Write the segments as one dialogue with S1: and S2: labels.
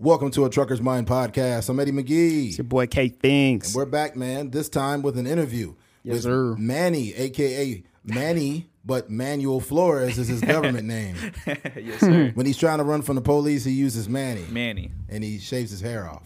S1: Welcome to a Trucker's Mind podcast. I'm Eddie McGee.
S2: It's your boy K Thinks.
S1: We're back, man. This time with an interview
S2: Yes,
S1: with
S2: sir.
S1: Manny, aka Manny, but Manuel Flores is his government name.
S3: yes, sir.
S1: When he's trying to run from the police, he uses Manny,
S3: Manny.
S1: and he shaves his hair off.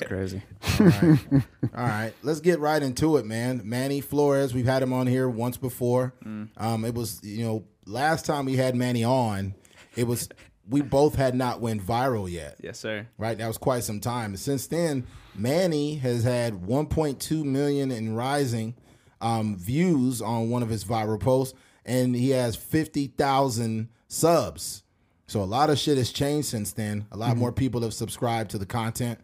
S2: crazy.
S1: All right, let's get right into it, man. Manny Flores, we've had him on here once before.
S2: Mm.
S1: Um, it was you know last time we had Manny on, it was we both had not went viral yet.
S3: Yes, sir.
S1: right? That was quite some time. Since then, Manny has had 1.2 million and rising um, views on one of his viral posts, and he has 50,000 subs. So a lot of shit has changed since then. A
S3: Mm-hmm.
S1: lot more people have subscribed to the content,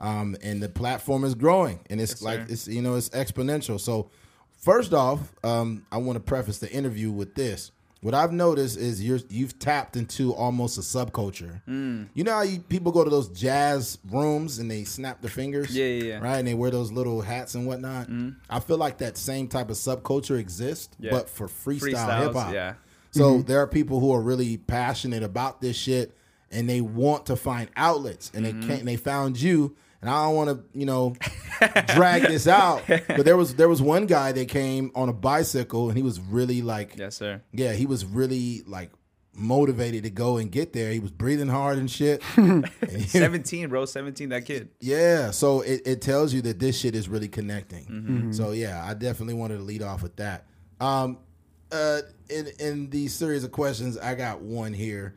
S1: um, and the platform is growing, and it's like it's you know it's exponential. So first off, um, I want to preface the interview with this. What I've noticed is you're you've tapped into almost a subculture.
S3: Mm.
S1: You know how you, people go to those jazz rooms and they snap their fingers,
S3: Yeah, yeah, yeah.
S1: right, and they wear those little hats and whatnot. I feel like that same type of subculture exists,
S3: Yeah.
S1: but for freestyle
S3: Freestyles,
S1: hip hop.
S3: yeah.
S1: So there are people who are really passionate about this shit and they want to find outlets and they can't and they found you and I don't want to, you know, drag this out. But there was there was one guy that came on a bicycle and he was really like
S3: Yes, sir.
S1: yeah, he was really like motivated to go and get there. He was breathing hard and shit. And he-
S3: 17, bro. 17, that kid.
S1: yeah, so it, it tells you that this shit is really connecting. So yeah, I definitely wanted to lead off with that. Um, uh, in in the series of questions, I got one here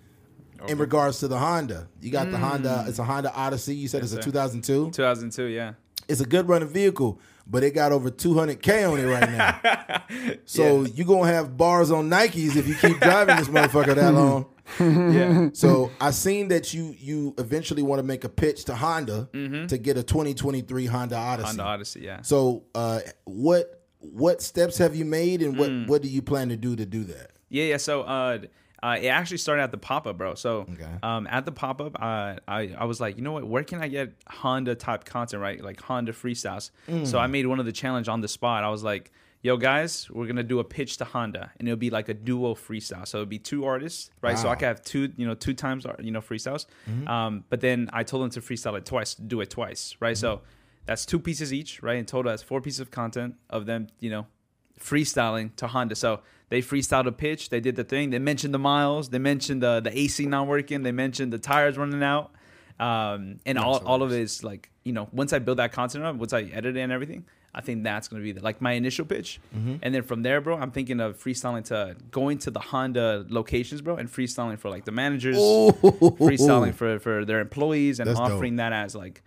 S1: in regards to the Honda. You got the Honda. It's a Honda Odyssey. You said it's a
S3: sir.
S1: 2002.
S3: 2002, yeah.
S1: It's a good running vehicle, but it got over 200k on it right now. so you gonna have bars on Nikes if you keep driving this motherfucker that long.
S3: Yeah.
S1: So I seen that you you eventually want to make a pitch to Honda to get a 2023 Honda Odyssey.
S3: On the Odyssey, yeah.
S1: So uh, what what steps have you made, and what what do you plan to do to do that?
S3: Yeah, yeah. So uh, uh, it actually started at the pop up, bro. So
S1: Okay.
S3: um, at the pop up, uh, I I was like, you know what? Where can I get Honda type content, right? Like Honda freestyles. So I made one of the challenge on the spot. I was like. Yo guys, we're gonna do a pitch to Honda, and it'll be like a duo freestyle. So it'll be two artists, right? So I could have two, you know, two times, uh, you know, freestyles. Um, but then I told them to freestyle it twice, do it twice, right? So that's two pieces each, right? In total, that's four pieces of content of them, you know, freestyling to Honda. So they freestyled a pitch. They did the thing. They mentioned the miles. They mentioned the the AC not working. They mentioned the tires running out. Um, and all, all of it is like you know once I build that content up, once I edit it and everything, I think that's gonna be the, like my initial pitch.
S1: Mm-hmm.
S3: And then from there, bro, I'm thinking of freestyling to going to the Honda locations, bro, and freestyling for like the managers, freestyling for for their employees, and
S1: Oh. That's dope.
S3: offering that as like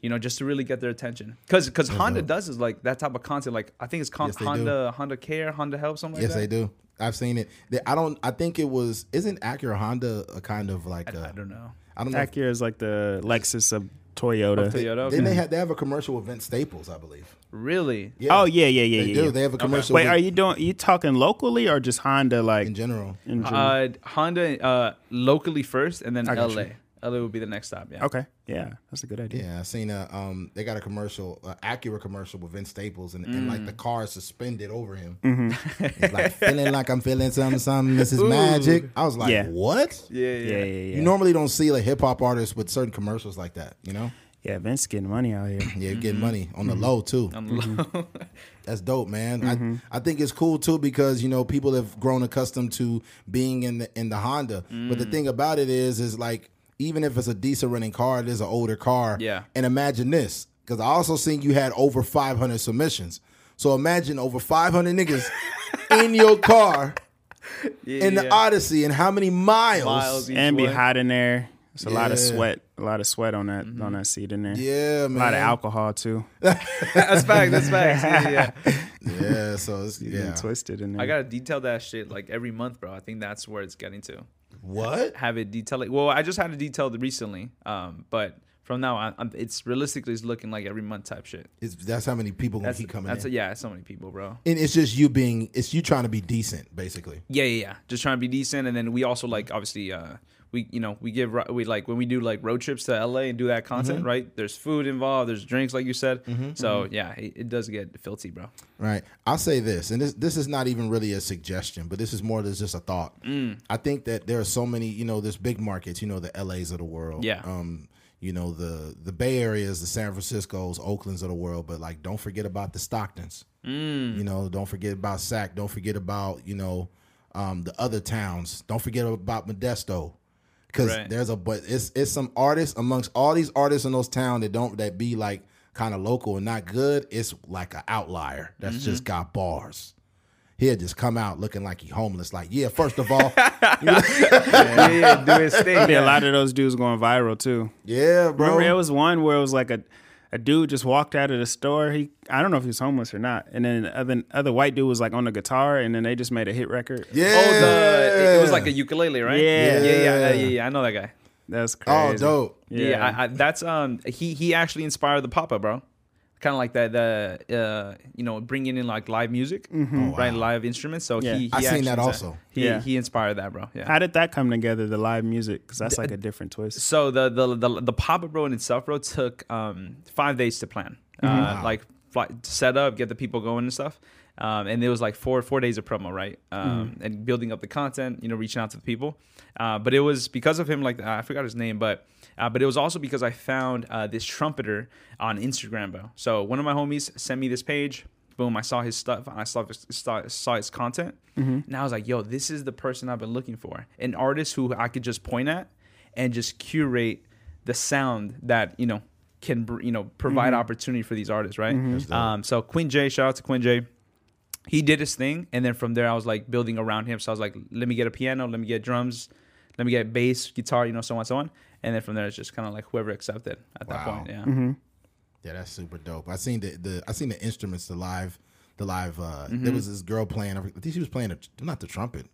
S3: you know, just to really get their attention. Because because Honda does is like that type of content. Like I think it's called
S1: Yes, they do.
S3: Honda Honda Care, Honda Help, something like
S1: Yes,
S3: that.
S1: I do. I've seen it. They- I don't. I think it was. Isn't Acura Honda a kind of like?
S3: I
S1: I
S3: don't know.
S1: I don't know. if-
S2: Acura is like the Lexus of Toyota.
S3: Toyota. okay.
S1: Then they had they have a commercial event Staples, I believe.
S3: Really?
S1: Yeah.
S2: Oh yeah, yeah, yeah,
S1: They
S2: yeah.
S1: do.
S2: yeah.
S1: They have a commercial.
S2: Wait,
S1: event
S2: are you doing? You talking locally or just Honda? Like
S1: in general?
S2: in general?
S3: Uh, Honda uh, locally first, and then
S2: got
S3: LA.
S2: you.
S3: LA will be the next stop. Yeah.
S2: okay, yeah, that's a good idea.
S1: Yeah, I seen a um they got a commercial, a Acura commercial with Vince Staples and, and like the car is suspended over him. It's like feeling like I'm feeling something, something. This is magic. I was like,
S2: Yeah.
S1: what?
S3: Yeah, yeah.
S2: Yeah, yeah,
S3: yeah.
S2: yeah.
S1: You normally don't see like hip hop artists with certain commercials like that, you know?
S2: yeah, Vince getting money out here.
S1: Yeah, you're getting money on the low too.
S2: Mm-hmm.
S1: That's dope, man.
S3: Mm-hmm.
S1: I, I think it's cool too because you know people have grown accustomed to being in the in the Honda. But
S3: Mm.
S1: the thing about it is, is like even if it's a decent running car, it is an older car.
S3: Yeah.
S1: And imagine this, because I also seen you had over 500 submissions. So imagine over 500 niggas in your car in the
S3: yeah.
S1: Odyssey, and how many miles?
S3: Miles each
S2: and be
S3: way.
S2: hot in there. It's a lot of
S1: Yeah. Mm-hmm.
S2: sweat, a lot of sweat on that on that seat in there.
S1: Yeah,
S2: a
S1: man.
S2: lot of alcohol too.
S3: That's fact. That's fact. Yeah, yeah, yeah.
S1: Yeah, so it's,
S2: Getting
S1: yeah.
S2: twisted in there.
S3: I gotta detail that shit like every month, bro. I think that's where it's getting to.
S1: What?
S3: have it detailed. Well, I just had it detailed recently, um, but from now on, I'm, it's realistically it's looking like every month type shit.
S1: It's, that's how many people gonna
S3: That's,
S1: keep coming
S3: that's
S1: in.
S3: yeah, so many people, bro.
S1: and it's just you being, it's you trying to be decent, basically.
S3: Yeah, yeah, yeah. Just trying to be decent, and then we also like obviously uh, we you know we give ri- we like when we do like road trips to LA and do that content,
S2: Mm-hmm.
S3: right? There's food involved, there's drinks, like you said. So yeah, it, it does get filthy, bro.
S1: Right. I'll say this, and this this is not even really a suggestion, but this is more than just a thought. I think that there are so many, you know, there's big markets, you know, the LAs of the world.
S3: Yeah.
S1: Um, you know the the Bay Areas, the San Francisco's, Oakland's of the world, but like don't forget about the Stocktons.
S3: Mm.
S1: You know, don't forget about Sac. Don't forget about you know um, the other towns. Don't forget about Modesto, because
S3: Right.
S1: there's a but it's it's some artists amongst all these artists in those towns that don't that be like kind of local and not good. It's like an outlier that's
S3: Mm-hmm.
S1: just got bars. He'll just come out looking like he homeless. Like, yeah, first of all,
S2: yeah, yeah, do his thing. Yeah, a lot of those dudes going viral too.
S1: yeah, bro.
S2: Remember, there was one where it was like a, a dude just walked out of the store. He I don't know if he was homeless or not. And then the other other white dude was like on the guitar, and then they just made a hit record.
S1: yeah,
S3: Oh, the it, it was like a ukulele, right?
S2: Yeah.
S3: yeah, yeah, yeah. yeah, yeah, I know that guy.
S2: that's
S1: oh,
S2: crazy.
S1: dope.
S3: Yeah, I, I, that's um. He he actually inspired the Papa, bro. Kind of like that the uh you know bringing in like live music, right? Live instruments. So
S2: Mm-hmm. Oh, Yeah.
S3: he, he
S1: I seen that
S3: actually-
S1: also.
S3: He
S2: Yeah.
S3: he inspired that, bro. Yeah.
S2: How did that come together? The live music because that's like a different twist.
S3: so the the the, the Papa bro in itself, bro, took um five days to plan, uh, like fly, set up, get the people going and stuff. Um, and it was like four four days of promo, right? Um, and building up the content, you know, reaching out to the people. Uh, but it was because of him, like I forgot his name, but uh, but it was also because I found uh, this trumpeter on Instagram, bro. So one of my homies sent me this page. Boom! I saw his stuff. I saw his, saw, saw his content, and I was like, "Yo, this is the person I've been looking for. An artist who I could just point at and just curate the sound that you know can br- you know provide
S1: Mm-hmm.
S3: opportunity for these artists, right? Um, so Quinn J, shout out to Quinn J. He did his thing, and then from there, I was like building around him. So I was like, let me get a piano, let me get drums, let me get bass, guitar, you know, so on, so on. And then from there, it's just kind of like whoever accepted at that
S1: Wow. Mm-hmm.
S3: point. Yeah,
S1: Yeah, that's super dope. I seen the, the I seen the instruments, the live, the live. Uh, There was this girl playing. I think she was playing a, not the trumpet.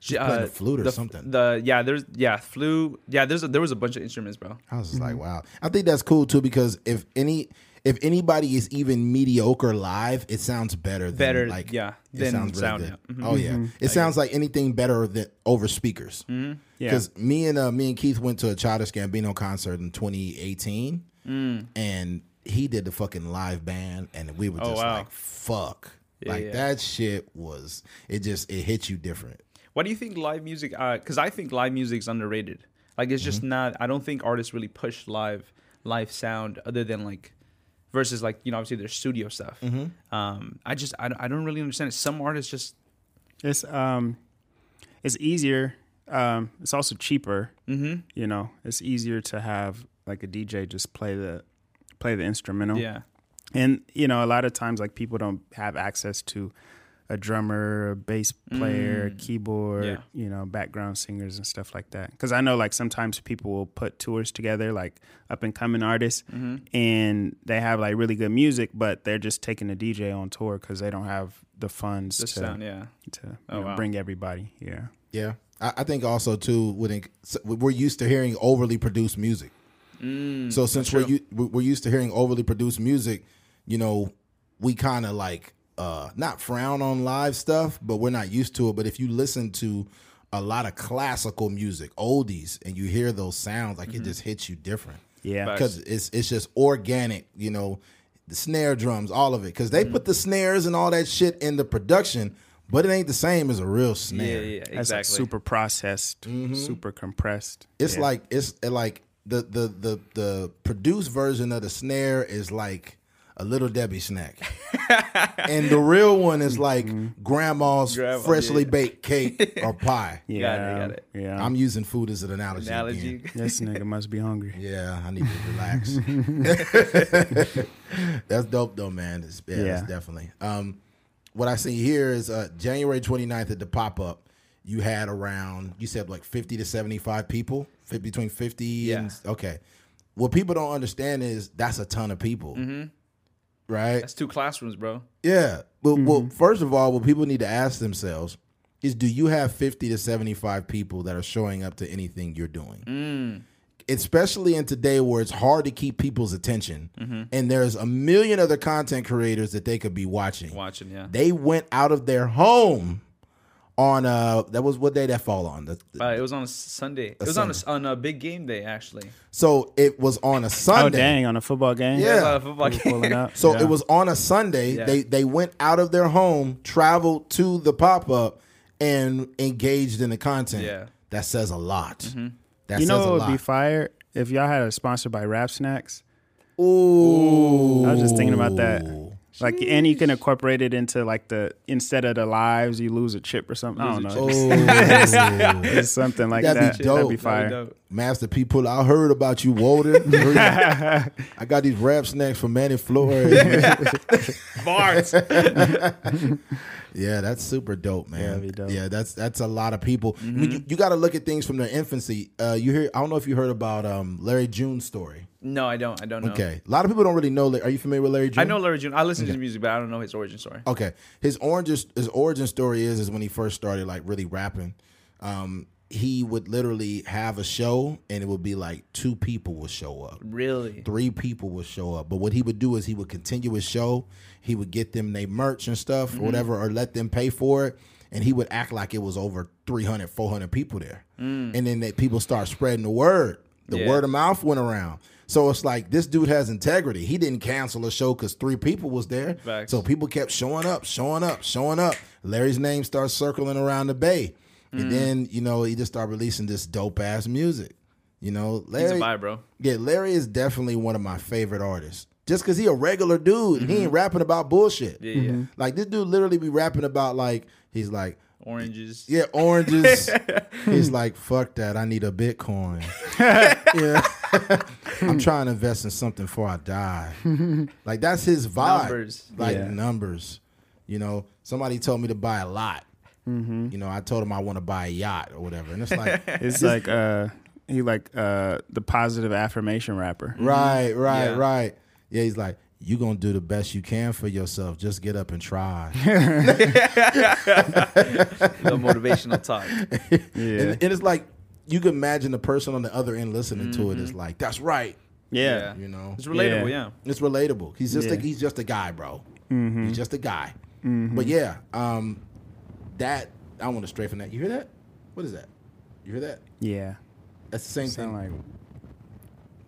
S1: She was playing
S3: Uh,
S1: the flute or
S3: the,
S1: something.
S3: The yeah, there's yeah, flute. Yeah, there's a, there was a bunch of instruments, bro.
S1: I was just
S3: Mm-hmm.
S1: like, wow. I think that's cool too because if any if anybody is even mediocre live, it sounds better. Than,
S3: Better,
S1: like
S3: yeah,
S1: it
S3: than
S1: sounds really
S3: sound,
S1: good.
S3: yeah. Mhm.
S1: Oh yeah, it sounds like anything better than over speakers.
S3: Mm-hmm.
S2: Yeah.
S1: Because me and uh, me and Keith went to a Childish Gambino concert in 2018,
S3: Mm.
S1: and he did the fucking live band, and we were just
S3: Oh, wow.
S1: like, fuck. like
S3: yeah.
S1: that shit was it just it hit you different.
S3: Why do you think live music? Because I think live music's underrated. Like it's
S2: Mm-hmm.
S3: just not. I don't think artists really push live live sound other than like versus like you know obviously their studio stuff.
S2: Mm-hmm.
S3: Um, I just I, don't- I don't really understand it. Some artists just
S2: It's um, it's easier. Um, it's also cheaper. Mm-hmm. You know, it's easier to have like a DJ just play the play the instrumental.
S3: yeah
S2: and you know a lot of times like people don't have access to a drummer a bass player a keyboard
S3: Mm. Yeah.
S2: you know background singers and stuff like that because i know like sometimes people will put tours together like up and coming artists
S3: Mm-hmm.
S2: and they have like really good music but they're just taking a dj on tour because they don't have the funds
S3: the
S2: to,
S3: sound yeah.
S2: to you
S3: Oh,
S2: know,
S3: wow.
S2: bring everybody yeah
S1: Yeah, I, I think also too when it, so we're used to hearing overly produced music.
S3: Mm,
S1: so since we're u- we're used to hearing overly produced music, you know, we kind of like uh not frown on live stuff, but we're not used to it. But if you listen to a lot of classical music, oldies, and you hear those sounds, like it just hits you different
S2: yeah
S3: Mm-hmm. Facts.
S1: because it's it's just organic, you know, the snare drums, all of it. Because
S3: Mm.
S1: they put the snares and all that shit in the production, but it ain't the same as a real
S3: yeah
S1: snare.
S3: yeah yeah,
S2: that's like,
S3: exactly
S2: super processed
S1: Mm-hmm.
S2: super compressed
S1: It's like it's like the the the the produced version of the snare is like a little Debbie snack, and the real one is like grandma's
S3: Mm-hmm. Grandma,
S1: freshly
S3: yeah.
S1: baked cake or pie.
S2: yeah
S3: got it.
S2: yeah
S1: I'm using food as an analogy.
S3: analogy.
S1: again.
S2: this nigga must be hungry
S1: Yeah, I need to relax. that's dope though, man. It's, yeah, that's
S2: Yeah.
S1: definitely. Um, what I see here is uh, January 29th at the pop up. You had around you said like 50 to 75 people, fi- between 50 and okay. What people don't understand is that's a ton of people. Right?
S3: That's two classrooms, bro.
S1: Yeah. But
S2: Mm-hmm.
S1: well, first of all, what people need to ask themselves is do you have 50 to 75 people that are showing up to anything you're doing?
S2: Mm.
S1: Especially in today where it's hard to keep people's attention
S2: Mm-hmm.
S1: and there's a million other content creators that they could be watching.
S3: Watching yeah.
S1: They went out of their home on uh that was what day that fall on? The,
S3: Uh, it was on a s- Sunday. It was on a, s- on a big game day actually.
S1: so it was on a Sunday.
S2: Oh dang! On a football game,
S1: Yeah.
S3: It was on a football
S2: People
S3: game.
S2: pulling up.
S1: So
S2: Yeah.
S1: it was on a Sunday.
S3: Yeah.
S1: They they went out of their home, traveled to the pop up, and engaged in the content.
S3: Yeah. Mm-hmm.
S1: that says a lot. That
S2: You
S1: says
S2: know
S1: a
S2: what would
S1: lot.
S2: be fire if y'all had a sponsor by Rap Snacks,
S1: Ooh.
S2: I was just thinking about that. Like, and you can incorporate it into like the instead of the lives, you lose a chip or something. I don't
S1: Ooh.
S2: know, It's something like
S1: Oh. That'd be
S2: that. That'd be
S1: dope.
S2: fire.
S1: Master P Pull, I heard about you, Walter. I got these rap snacks from Manny Flores.
S3: Bars.
S1: yeah, that's super dope, man. Yeah,
S2: that'd be dope.
S1: that's that's a lot of people. I
S3: Mm-hmm.
S1: mean, you, got to look at things from their infancy. Uh, you hear? I don't know if you heard about um, Larry June's story.
S3: No, I don't. I don't know.
S1: Okay, a lot of people don't really know. Larry- Are you familiar with Larry June?
S3: I know Larry June. I listen to his music, but I don't know his origin story.
S1: Okay, his origin his origin story is is when he first started like really rapping. Um, he would literally have a show, and it would be like two people would show up.
S3: Really?
S1: three people would show up. But what he would do is he would continue his show. He would get them their merch and stuff,
S3: Mm-hmm.
S1: or whatever, or let them pay for it. And he would act like it was over 300, 400 people there. And then that people start spreading the word. The
S3: Mm. Yeah.
S1: word of mouth went around. So it's like this dude has integrity. He didn't cancel a show because three people was there.
S3: Facts.
S1: So people kept showing up, showing up, showing up. Larry's name starts circling around the bay.
S3: Mm.
S1: And then, you know, he just started releasing this dope ass music. You know, Larry
S3: He's a vibe, bro.
S1: yeah, Larry is definitely one of my favorite artists. Just cause he a regular dude and he ain't rapping about bullshit.
S3: Mm-hmm. Yeah, yeah.
S1: Like this dude literally be rapping about like he's like,
S3: Oranges.
S1: yeah, oranges. he's like, fuck that. I need a Bitcoin. yeah. I'm trying to invest in something before I die. like that's his vibe.
S3: Numbers.
S1: Like
S2: Yeah.
S1: numbers. You know, somebody told me to buy a lot. You know, I told him I want to buy a yacht or whatever. And it's like
S2: It's like uh, he like uh, the positive affirmation rapper.
S1: Right, right,
S3: Mm-hmm. Yeah.
S1: right. Yeah, he's like, you gonna do the best you can for yourself. Just get up and try.
S3: The motivational talk.
S2: Yeah,
S1: and, and it's like you can imagine the person on the other end listening to it is like, that's right.
S2: yeah.
S1: You know,
S3: Mm-hmm. It's relatable, yeah.
S1: it's relatable. He's just a,
S2: Yeah.
S1: he's just a guy, bro.
S3: Mm-hmm.
S1: He's just a guy. But yeah, um, that I want to stray from that. You hear that? What is that? You hear that?
S2: yeah.
S1: That's the same
S2: Sound
S1: thing.
S2: like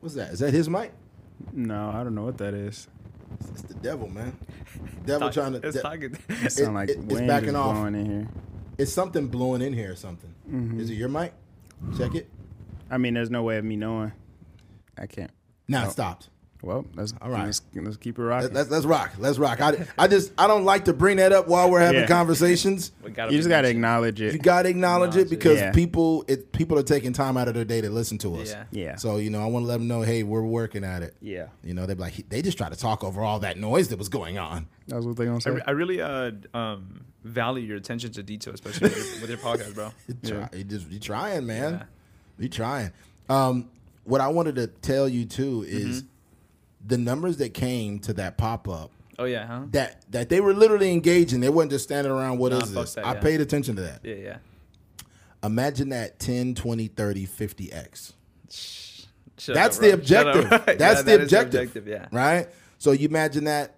S1: What's that? Is that his mic?
S2: no, I don't know what that is.
S1: It's, it's the devil, man. Devil
S3: Talk-
S1: trying to.
S3: it's
S1: de-
S3: talking-
S2: It sound like
S1: it- it's
S2: wind
S1: backing
S2: is
S1: off.
S2: blowing in here.
S1: It's something blowing in here or something. Is it your mic? Check it.
S2: I mean, there's no way of me knowing. I can't.
S1: Now it stopped.
S2: Well, let's all
S1: right.
S2: Let's, let's keep it rocking.
S1: Let- Let's, let's rock. Let's rock. I, I just I don't like to bring that up while we're having
S2: Yeah.
S1: conversations.
S3: We gotta
S2: you
S3: be
S2: just gotta
S3: nice.
S2: acknowledge it.
S1: You gotta acknowledge it
S3: Acknowledge it.
S1: because
S2: Yeah.
S1: people it people are taking time out of their day to listen to us.
S3: Yeah.
S2: Yeah.
S1: So you know I want to let them know, hey, we're working at it.
S2: yeah,
S1: You know they're like "He- they just try to talk over all that noise that was going on.
S2: that's what they gonna
S3: I,
S2: say.
S3: re- I really uh, um, value your attention to detail, especially with your, with your podcast, bro.
S1: Try, you just be trying, man.
S3: Yeah.
S1: Be trying. Um, what I wanted to tell you too is the numbers that came to that pop up
S3: Oh yeah, huh?
S1: that that they were literally engaging. They wasn't just standing around. What is
S3: Nah, fuck
S1: this?
S3: that,
S1: I
S3: yeah.
S1: paid attention to that.
S3: Yeah, yeah.
S1: Imagine that 10, 20, 30, 50x.
S3: Shut
S1: That's
S3: up, bro.
S1: the objective.
S3: Shut up.
S1: That's
S3: Yeah,
S1: the
S3: that is
S1: objective.
S3: Yeah.
S1: Right? So you imagine that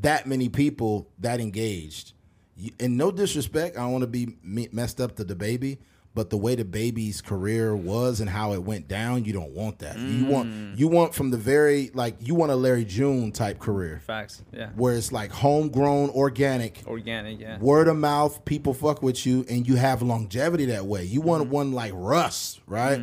S1: that many people that engaged. You- And no disrespect, I don't want to be me- messed up to the baby, but the way the baby's career was and how it went down, you don't want that. You
S3: Mm.
S1: want you want from the very like you want a Larry June type career
S3: Facts. Yeah.
S1: where it's like homegrown, organic.
S3: Organic. Yeah.
S1: word of mouth, people fuck with you, and you have longevity that way. You want one like Russ, right?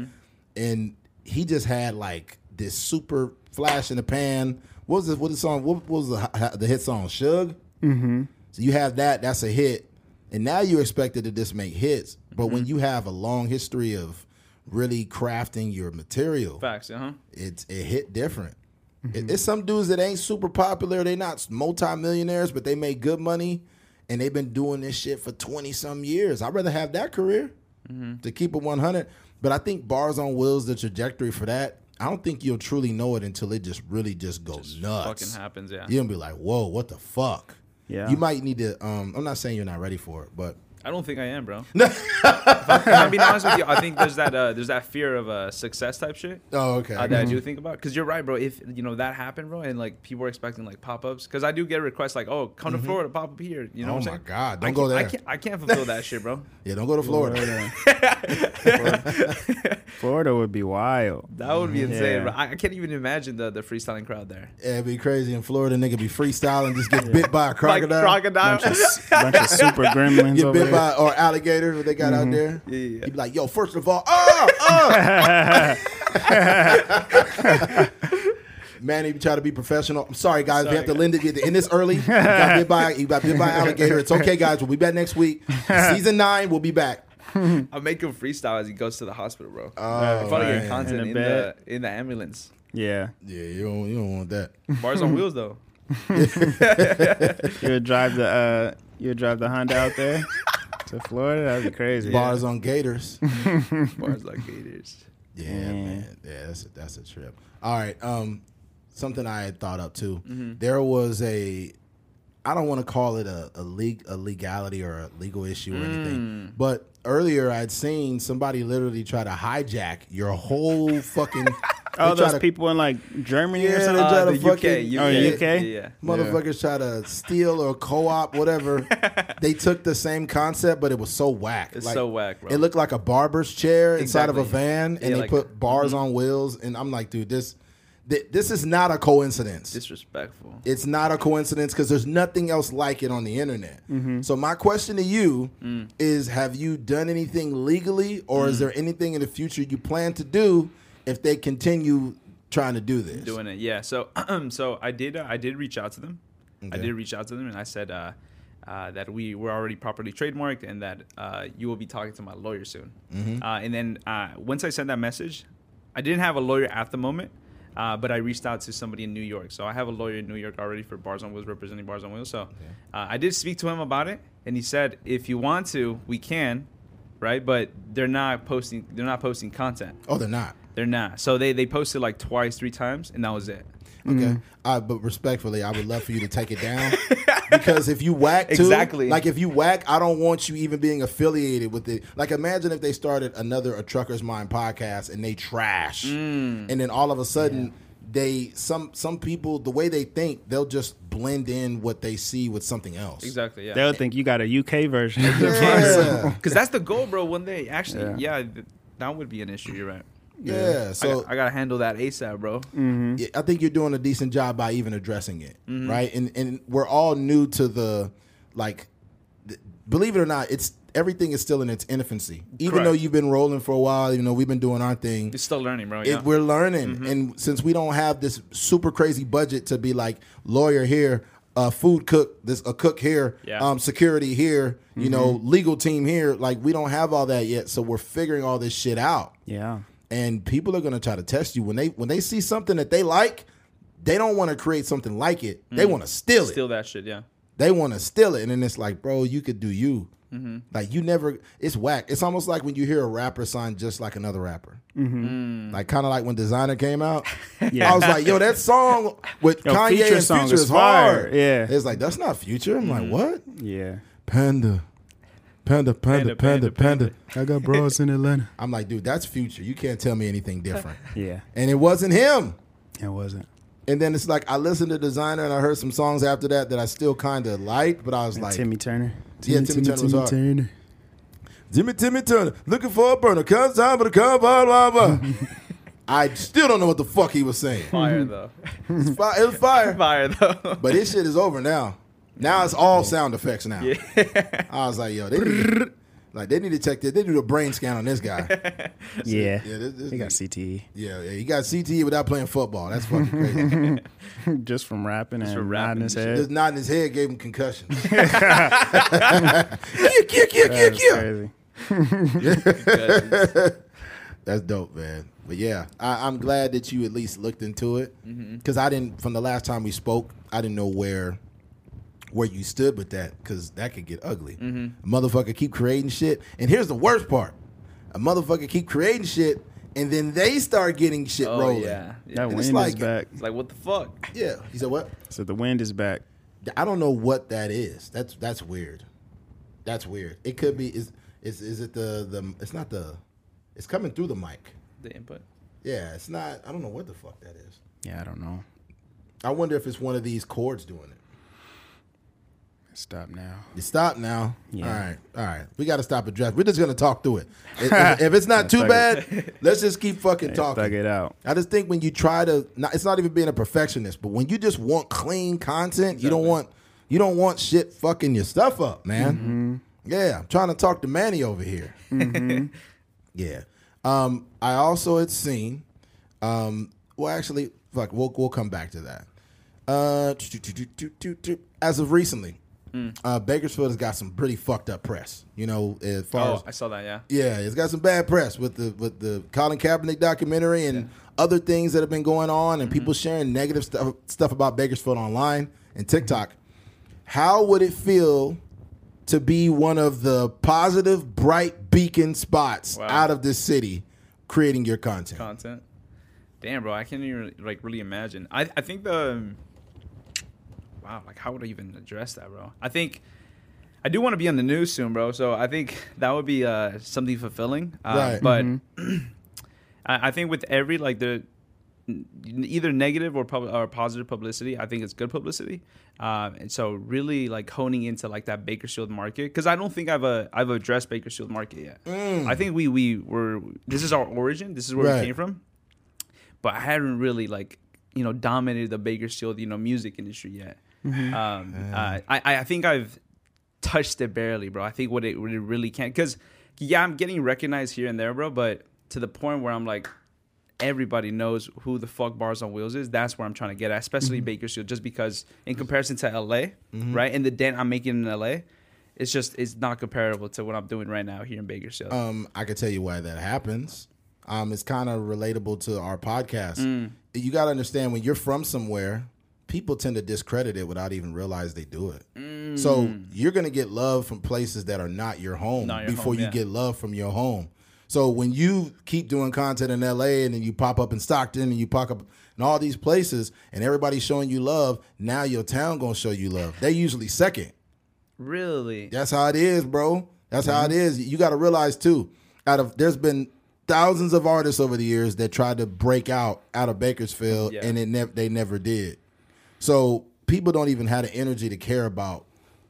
S1: And he just had like this super flash in the pan. What was this? What the song? What, what was the, the hit song? Shug. Mm-hmm. So you have that. That's a hit, and now you're expected to just make hits. But when you have a long history of really crafting your material,
S3: Facts. Uh huh.
S1: it's it hit different.
S3: Mm-hmm.
S1: It, it's some dudes that ain't super popular. They not multimillionaires, but they make good money, and they've been doing this shit for twenty some years. I'd rather have that career
S3: Mm-hmm.
S1: to keep it one hundred. But I think bars on wheels, the trajectory for that. I don't think you'll truly know it until it just really just goes
S3: Fucking
S1: nuts.
S3: happens. Yeah.
S1: You'll be like, "Whoa, what the fuck?"
S2: Yeah.
S1: You might need to. Um, I'm not saying you're not ready for it, but
S3: I don't think I am, bro. if I- if I'm being honest with you, I think there's that uh, there's that fear of uh, success type shit.
S1: oh, okay.
S3: uh, that I do think about. Because you're right, bro. If you know that happened, bro, and like people were expecting like pop ups, because I do get requests like, "Oh, come to Florida, pop up here." You know?
S1: Mm-hmm. Oh
S3: what I'm
S1: my
S3: saying?
S1: God,
S3: I
S1: don't go
S3: can't- I
S1: there.
S3: can't, I can't fulfill that shit, bro.
S1: yeah, don't go to Florida.
S2: Florida. Florida would be wild.
S3: That would be insane.
S2: Yeah.
S3: bro. I I can't even imagine the, the freestyling crowd there.
S1: Yeah, it'd be crazy in Florida. Nigga be freestyling, just get bit by a crocodile,
S3: Like crocodile.
S2: Bunch of, bunch of super gremlins
S1: get
S2: over
S1: bit
S2: there.
S1: by or alligators what they got out there.
S3: Mm-hmm. Yeah, yeah, yeah.
S1: You'd be like, yo, first of all, ah, ah. Manny try to uh. be professional. I'm sorry, guys. we have to lend it in this early. You got bit by you got bit by an alligator. It's okay, guys. We'll be back next week. Season nine, we'll be back.
S3: I'll make him freestyle as he goes to the hospital, bro.
S1: Oh,
S3: I'm probably
S1: man.
S3: get content
S2: In
S3: in,
S2: the
S3: the, in the ambulance.
S2: Yeah,
S1: Yeah, you don't you don't want that.
S3: Bars on wheels though.
S2: you would drive the uh, you would drive the Honda out there to Florida. That'd be crazy.
S1: Bars on gators.
S3: Bars like gators.
S1: Yeah,
S2: Yeah.
S1: man. Yeah, that's a, that's a trip. All right. Um, something I had thought up too.
S2: Mm-hmm.
S1: There was a, I don't want to call it a a, leg, a legality or a legal issue or anything,
S2: Mm.
S1: but earlier I'd seen somebody literally try to hijack your whole fucking.
S2: Oh,
S1: they try
S2: those
S1: to-
S2: people in like Germany
S1: Yeah,
S2: or something.
S1: they
S3: Uh,
S1: try to
S3: the
S1: fucking.
S3: UK,
S2: Oh,
S3: UK.
S2: UK?
S3: Yeah, yeah.
S1: Motherfuckers try to steal or co-op whatever. they took the same concept, but it was so whack.
S3: It's so whack, bro.
S1: It looked like a barber's chair inside of a
S3: Exactly.
S1: van, and
S3: Yeah,
S1: they
S3: like- mm-hmm.
S1: put bars on wheels. And I'm like, dude, this thi- this is not a coincidence.
S3: disrespectful.
S1: it's not a coincidence because there's nothing else like it on the internet.
S3: Mm-hmm.
S1: So my question to you
S3: Mm.
S1: is: Have you done anything legally, or is there anything in the future you plan to do if they continue trying to do this?
S3: doing it. Yeah. So so I did uh, I did reach out to them. I
S1: Okay.
S3: did reach out to them and I said uh, uh, that we were already properly trademarked and that uh, you will be talking to my lawyer soon. Uh, and then uh, once I sent that message, I didn't have a lawyer at the moment. Uh, but I reached out to somebody in New York, so I have a lawyer in New York already for Bars on Wheels, representing Bars on Wheels. So uh, I did speak to him about it, and he said, "If you want to, we can, right? But they're not posting. They're not posting content.
S1: Oh, they're not.
S3: They're not. So they they posted like twice, three times, and that was it.
S1: Okay.
S3: Mm-hmm.
S1: All right, but respectfully, I would love for you to take it down because if you whack too,
S3: Exactly.
S1: like if you whack, I don't want you even being affiliated with it. Like imagine if they started another a Trucker's Mind podcast and they trash,
S3: Mm.
S1: and then all of a sudden they some some people the way they think they'll just blend in what they see with something else.
S3: Exactly.
S2: They'll think you got a UK version.
S1: Yeah.
S3: Because that's the goal, bro. One day, actually,
S2: Yeah.
S3: yeah, th- that would be an issue. You're right.
S1: yeah.
S3: I,
S1: So Mm.
S3: got, I gotta handle that ASAP, bro.
S1: Yeah, I think you're doing a decent job by even addressing it,
S3: Mm-hmm.
S1: right? And and we're all new to the like, th- believe it or not, it's everything is still in its infancy. Even though
S3: Correct.
S1: you've been rolling for a while, you know we've been doing our thing.
S3: It's still learning, bro.
S1: It-
S3: Yeah. Mm-hmm.
S1: we're learning, and since we don't have this super crazy budget to be like lawyer here, uh, food cook, this a cook here,
S3: Yeah. Mm-hmm.
S1: um, security here, you know, legal team here, like we don't have all that yet. So we're figuring all this shit out
S2: yeah.
S1: and people are going to try to test you when they when they see something that they like they don't want to create something like it they want to steal it
S3: Steal that shit, yeah.
S1: they want to steal it and then it's like bro you could do you like you never it's whack it's almost like when you hear a rapper sound just like another rapper like kind of like when designer came out
S2: Mm-hmm. Yeah.
S1: i was like yo that song with
S2: Yo,
S1: kanye
S2: Future
S1: and
S2: song
S1: future
S2: is
S1: is, hard
S2: fire. Yeah.
S1: it's like that's not future i'm like what
S2: Yeah.
S1: panda Panda, panda,
S3: Panda, panda,
S1: panda, panda.
S2: I got bros in Atlanta.
S1: I'm like, dude, that's future. You can't tell me anything different.
S2: Yeah.
S1: and it wasn't him.
S2: It wasn't.
S1: And then it's like I listened to Designer and I heard some songs after that that I still kind of liked, but I was like,
S2: Timmy Turner.
S1: Yeah, Timmy Turner was hard.
S2: Turner.
S1: Jimmy Timmy Turner, looking for a burner, come time for the come, blah, blah, blah. I still don't know what the fuck he was saying.
S3: Fire though.
S1: It's fi- It was fire.
S3: Fire though.
S1: But this shit is over now. Now it's all sound effects now. I was like, yo, they need to, like they need to check this. They do a brain scan on this guy.
S2: Yeah.
S1: Yeah, this- this
S2: he got
S1: nigga-
S2: CTE
S1: Yeah, yeah, he got CTE without playing football. That's fucking crazy.
S2: E. just from rapping and nodding
S3: from rapping
S2: his
S3: and
S2: head.
S1: Just nodding his head gave him concussions. Cue, cue, cue, cue,
S2: That's
S1: cue.
S2: crazy.
S1: That's dope, man. But yeah, I, I'm glad that you at least looked into it
S3: Mm-hmm.
S1: because I didn't. From the last time we spoke, I didn't know where where you stood with that because that could get ugly.
S3: Mm-hmm.
S1: A motherfucker keep creating shit, and here's the worst part: a motherfucker keep creating shit, and then they start getting shit
S3: oh
S1: rolling.
S3: yeah. yeah.
S2: That
S1: it's
S2: wind
S1: like-
S2: is back.
S3: It's like what the fuck?
S1: yeah. He said what?
S2: So the wind is back.
S1: I don't know what that is. That's that's weird. That's weird. It could be is is is it the the? It's not the. It's coming through the mic.
S3: The input.
S1: Yeah, it's not. I don't know what the fuck that is.
S2: Yeah, I don't know.
S1: I wonder if it's one of these chords doing it.
S2: Stop now.
S1: You stop now.
S2: Yeah.
S1: All right, all right. We got to stop at draft. We're just gonna talk through it. If, if- if it's not too bad, let's just keep fucking
S2: Thug
S1: talking.
S2: it out.
S1: I just think when you try to, not, it's not even being a perfectionist, but when you just want clean content, you don't want you don't want shit fucking your stuff up, man. Yeah, I'm trying to talk to Manny over here. yeah. Um, I also had seen. Um, well, actually, fuck. We'll we'll come back to that. Uh, toot, toot, toot, toot, toot, toot. as of recently, uh, Bakersfield has got some pretty fucked up press. You know, as far
S3: Oh,
S1: as
S3: I saw that. Yeah.
S1: yeah, it's got some bad press with the with the Colin Kaepernick documentary and other things that have been going on, and people sharing negative stuff stuff about Bakersfield online and TikTok. How would it feel to be one of the positive, bright beacon spots
S3: Wow.
S1: out of this city, creating your content?
S3: Content. Damn, bro, I can't even like really imagine. I I think the um, wow, like how would I even address that, bro? I think I do want to be on the news soon, bro. So I think that would be uh, something fulfilling. Uh,
S1: Right.
S3: But I, I think with every like the n- either negative or, pub- or positive publicity, I think it's good publicity. Um, and so really like honing into like that Bakersfield market because I don't think I've uh, I've addressed Bakersfield market yet. I think we we were this is our origin. This is where
S1: Right.
S3: we came from. But I haven't really like you know dominated the Bakersfield you know music industry yet. Um, uh, I I think I've touched it barely, bro. I think what it, what it really can because yeah, I'm getting recognized here and there, bro. But to the point where I'm like, everybody knows who the fuck Bars on Wheels is. That's where I'm trying to get at, especially
S1: Mm-hmm.
S3: Bakersfield, just because in comparison to LA, right, and the dent I'm making in LA, it's just it's not comparable to what I'm doing right now here in Bakersfield.
S1: Um, I could tell you why that happens. Um, it's kind of relatable to our podcast.
S3: Mm.
S1: You got to understand when you're from somewhere, people tend to discredit it without even realize they do it.
S3: Mm.
S1: So you're gonna get love from places that are not your home
S3: Not your
S1: before
S3: home,
S1: you
S3: yeah.
S1: get love from your home. So when you keep doing content in LA and then you pop up in Stockton and you pop up in all these places and everybody's showing you love, now your town gonna show you love. They usually second.
S3: really?
S1: That's how it is, bro. That's how it
S3: Mm-hmm.
S1: is. You got to realize too. Out of there's been thousands of artists over the years that tried to break out out of Bakersfield,
S3: Yeah.
S1: and it never they never did. So people don't even have the energy to care about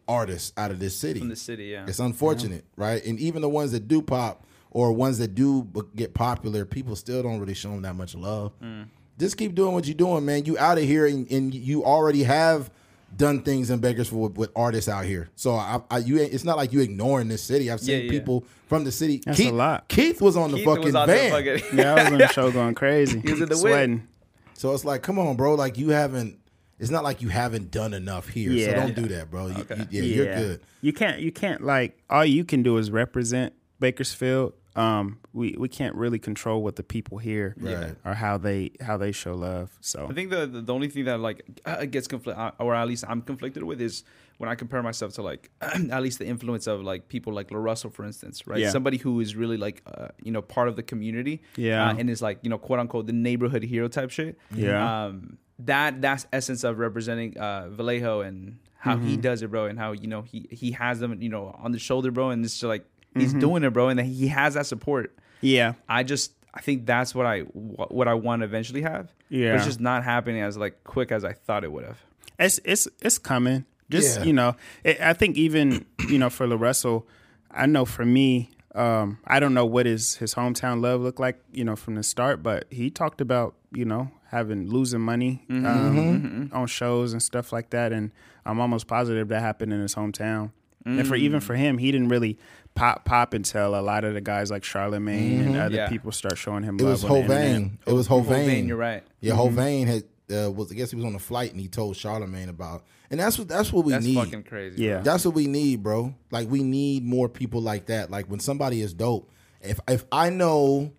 S1: artists out of this city.
S3: From the city, yeah.
S1: It's unfortunate, right? And even the ones that do pop or ones that do b- get popular, people still don't really show them that much love.
S3: Mm.
S1: Just keep doing what you're doing, man. You out of here, and, and you already have done things in Bakersfield with, with artists out here. So I, I, you, ain't- it's not like you ignoring this city. I've seen
S3: Yeah, yeah.
S1: people from the city.
S2: That's a
S1: Keith,
S2: lot.
S1: Keith was on
S3: Keith
S1: the fucking
S3: was on
S1: van,
S3: the fucking.
S2: Yeah, I was on the show going crazy.
S3: was in the whip.
S2: Sweating.
S1: so it's like, come on, bro. Like you haven't. It's not like you haven't done enough here. So
S2: Yeah.
S1: don't do that, bro. You, you- yeah, you're good.
S2: You can't you can't like all you can do is represent Bakersfield. Um we, we can't really control what the people here
S1: Right.
S2: or how they how they show love. So
S3: I think the, the the only thing that like uh, gets conflicted, or at least I'm conflicted with, is when I compare myself to like at least the influence of like people like La Russell, for instance, right?
S2: Yeah.
S3: Somebody who is really like uh, you know part of the community,
S2: Yeah.
S3: uh, and is like you know quote unquote the neighborhood hero type shit,
S2: Yeah.
S3: Um, that that's essence of representing uh, Vallejo and how
S2: Mm-hmm.
S3: he does it, bro, and how you know he he has them you know on the shoulder, bro, and it's just like he's
S2: Mm-hmm.
S3: doing it, bro, and that he has that support.
S2: Yeah.
S3: I just I think that's what I wha- what I want to eventually have.
S2: Yeah.
S3: but it's just not happening as like quick as I thought it would have.
S2: It's it's it's coming. Just
S1: Yeah.
S2: you know, it, I think even you know for La Russell, I know for me, um, I don't know what his his hometown love looked like, you know, from the start. But he talked about you know having losing money um, on shows and stuff like that, and I'm almost positive that happened in his hometown. And for even for him, he didn't really pop pop until a lot of the guys like Charlemagne and other
S3: Yeah.
S2: people start showing him
S1: Mm-hmm. It
S2: love.
S1: was
S2: on the internet.
S1: Hovain. It was Hovain.
S3: Hovain, you're right.
S1: Yeah, Hovain had uh, was I guess he was on a flight and he told Charlemagne about, and that's what that's what we
S3: That's
S1: need.
S3: fucking crazy.
S2: Yeah.
S1: That's what we need, bro. Like we need more people like that. Like when somebody is dope. If if I know,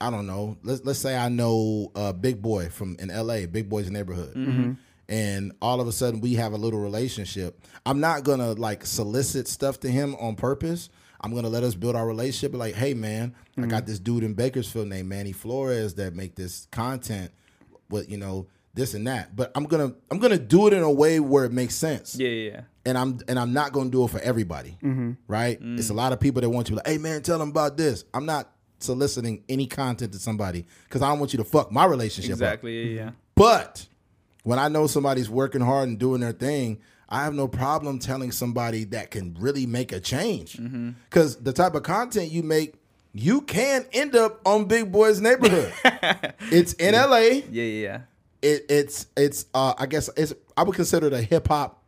S1: I don't know. Let's let's say I know uh, Big Boy from in L.A. Big Boy's neighborhood, and all of a sudden we have a little relationship. I'm not gonna like solicit stuff to him on purpose. I'm gonna let us build our relationship. Like, hey man, I got this dude in Bakersfield named Manny Flores that make this content with you know this and that. But I'm gonna I'm gonna do it in a way where it makes sense
S3: yeah, yeah, yeah.
S1: and I'm and I'm not gonna do it for everybody, right? It's a lot of people that want you to be like, hey man, tell them about this. I'm not soliciting any content to somebody because I don't want you to fuck my relationship up.
S3: exactly. Yeah, yeah.
S1: But when I know somebody's working hard and doing their thing, I have no problem telling somebody that can really make a change. Because the type of content you make, you can end up on Big Boy's neighborhood. it's in LA.
S3: Yeah, yeah, yeah.
S1: It, it's it's uh, I guess it's I would consider it a hip hop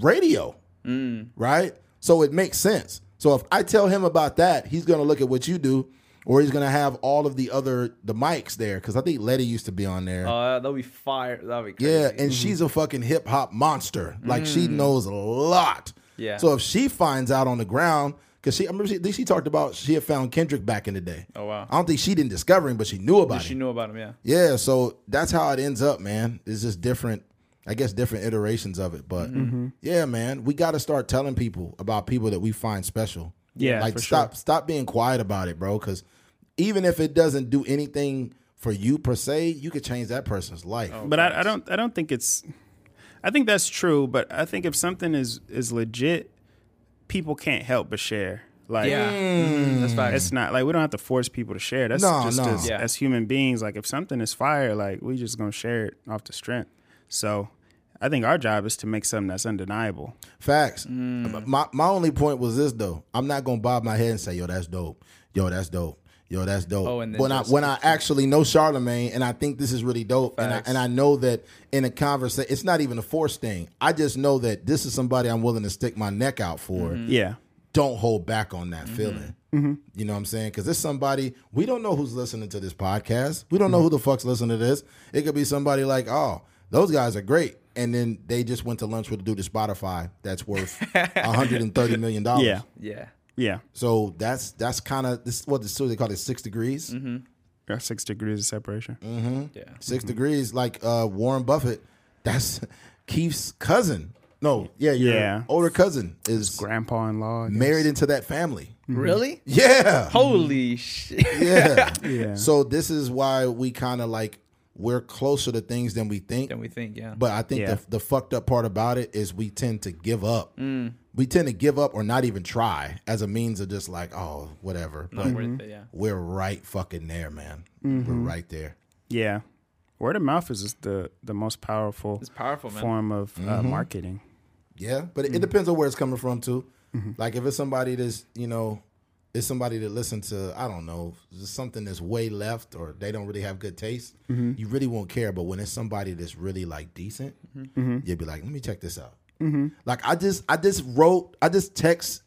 S1: radio,
S3: Mm.
S1: right? So it makes sense. So if I tell him about that, he's gonna look at what you do, or he's gonna have all of the other the mics there because I think Letty used to be on there.
S3: Uh, that'll be fire. That'll be crazy.
S1: Yeah, and she's a fucking hip hop monster. Like she knows a lot.
S3: Mm. Yeah.
S1: So if she finds out on the ground, because she, I remember she, I think she talked about she had found Kendrick back in the day.
S3: Oh, wow.
S1: I don't think she didn't discover him, but she knew about
S3: she
S1: him.
S3: knew about him. Yeah.
S1: yeah. So that's how it ends up, man. It's just different. I guess different iterations of it,
S2: Mm-hmm.
S1: but yeah, man, we got to start telling people about people that we find special.
S2: Yeah,
S1: like
S2: for
S1: stop stop being quiet about it, bro. Because even if it doesn't do anything for you per se, you could change that person's life.
S2: But I, I don't. I don't think it's. I think that's true, but I think if something is is legit, people can't help but share. Like,
S3: Yeah.
S1: Mm.
S3: That's facts.
S2: it's not like we don't have to force people to share. That's
S1: No,
S2: just
S1: no.
S2: As,
S3: Yeah.
S2: as human beings. Like, if something is fire, like we just gonna share it off the strength. So, I think our job is to make something that's undeniable.
S1: Facts.
S3: Mm.
S1: My my only point was this though. I'm not gonna bob my head and say, "Yo, that's dope. Yo, that's dope. Yo, that's dope."
S3: Oh, and then
S1: when I
S3: just-
S1: when I actually know Charlemagne and I think this is really dope, and I,
S3: Facts.
S1: and I know that in a conversation, it's not even a forced thing. I just know that this is somebody I'm willing to stick my neck out for.
S3: Mm-hmm.
S2: Yeah.
S1: Don't hold back on
S2: Mm-hmm.
S1: that feeling. You know what I'm saying? Because it's somebody we don't know who's listening to this podcast. We don't know who the fuck's listening to this. It could be somebody like, "Oh, those guys are great." And then they just went to lunch with a dude at Spotify that's worth 130 million dollars.
S2: Yeah.
S3: Yeah.
S2: Yeah.
S1: So that's that's kind of this. What this they call it? Six degrees.
S2: Mm-hmm, Got six degrees of separation.
S1: Mm.
S2: Mm-hmm.
S1: 6 degrees. Like uh, Warren Buffett. That's Keith's cousin. No, yeah, your
S2: Yeah.
S1: older cousin is
S2: Grandpa in law.
S1: married into that family.
S3: Really?
S1: Yeah, Mm-hmm.
S3: Holy shit.
S1: yeah.
S2: Yeah.
S1: So this is why we kind of like we're closer to things than we think.
S3: Than we think. Yeah.
S1: But I think
S2: Yeah.
S1: the, the fucked up part about it is we tend to give up.
S2: Mm.
S1: We tend to give up or not even try as a means of just like, oh, whatever. But
S2: mm-hmm.
S3: Worth it, yeah.
S1: we're right fucking there, man. We're right there.
S2: Yeah. Word of mouth is just the the most powerful.
S3: It's powerful, man.
S2: form of uh,
S1: Mm-hmm.
S2: marketing.
S1: Yeah, but it, it depends on where it's coming from too. Like if it's somebody that's you know, it's somebody that listens to I don't know just something that's way left or they don't really have good taste, you really won't care. But when it's somebody that's really like decent, you'll be like, let me check this out. Like I just I just wrote I just text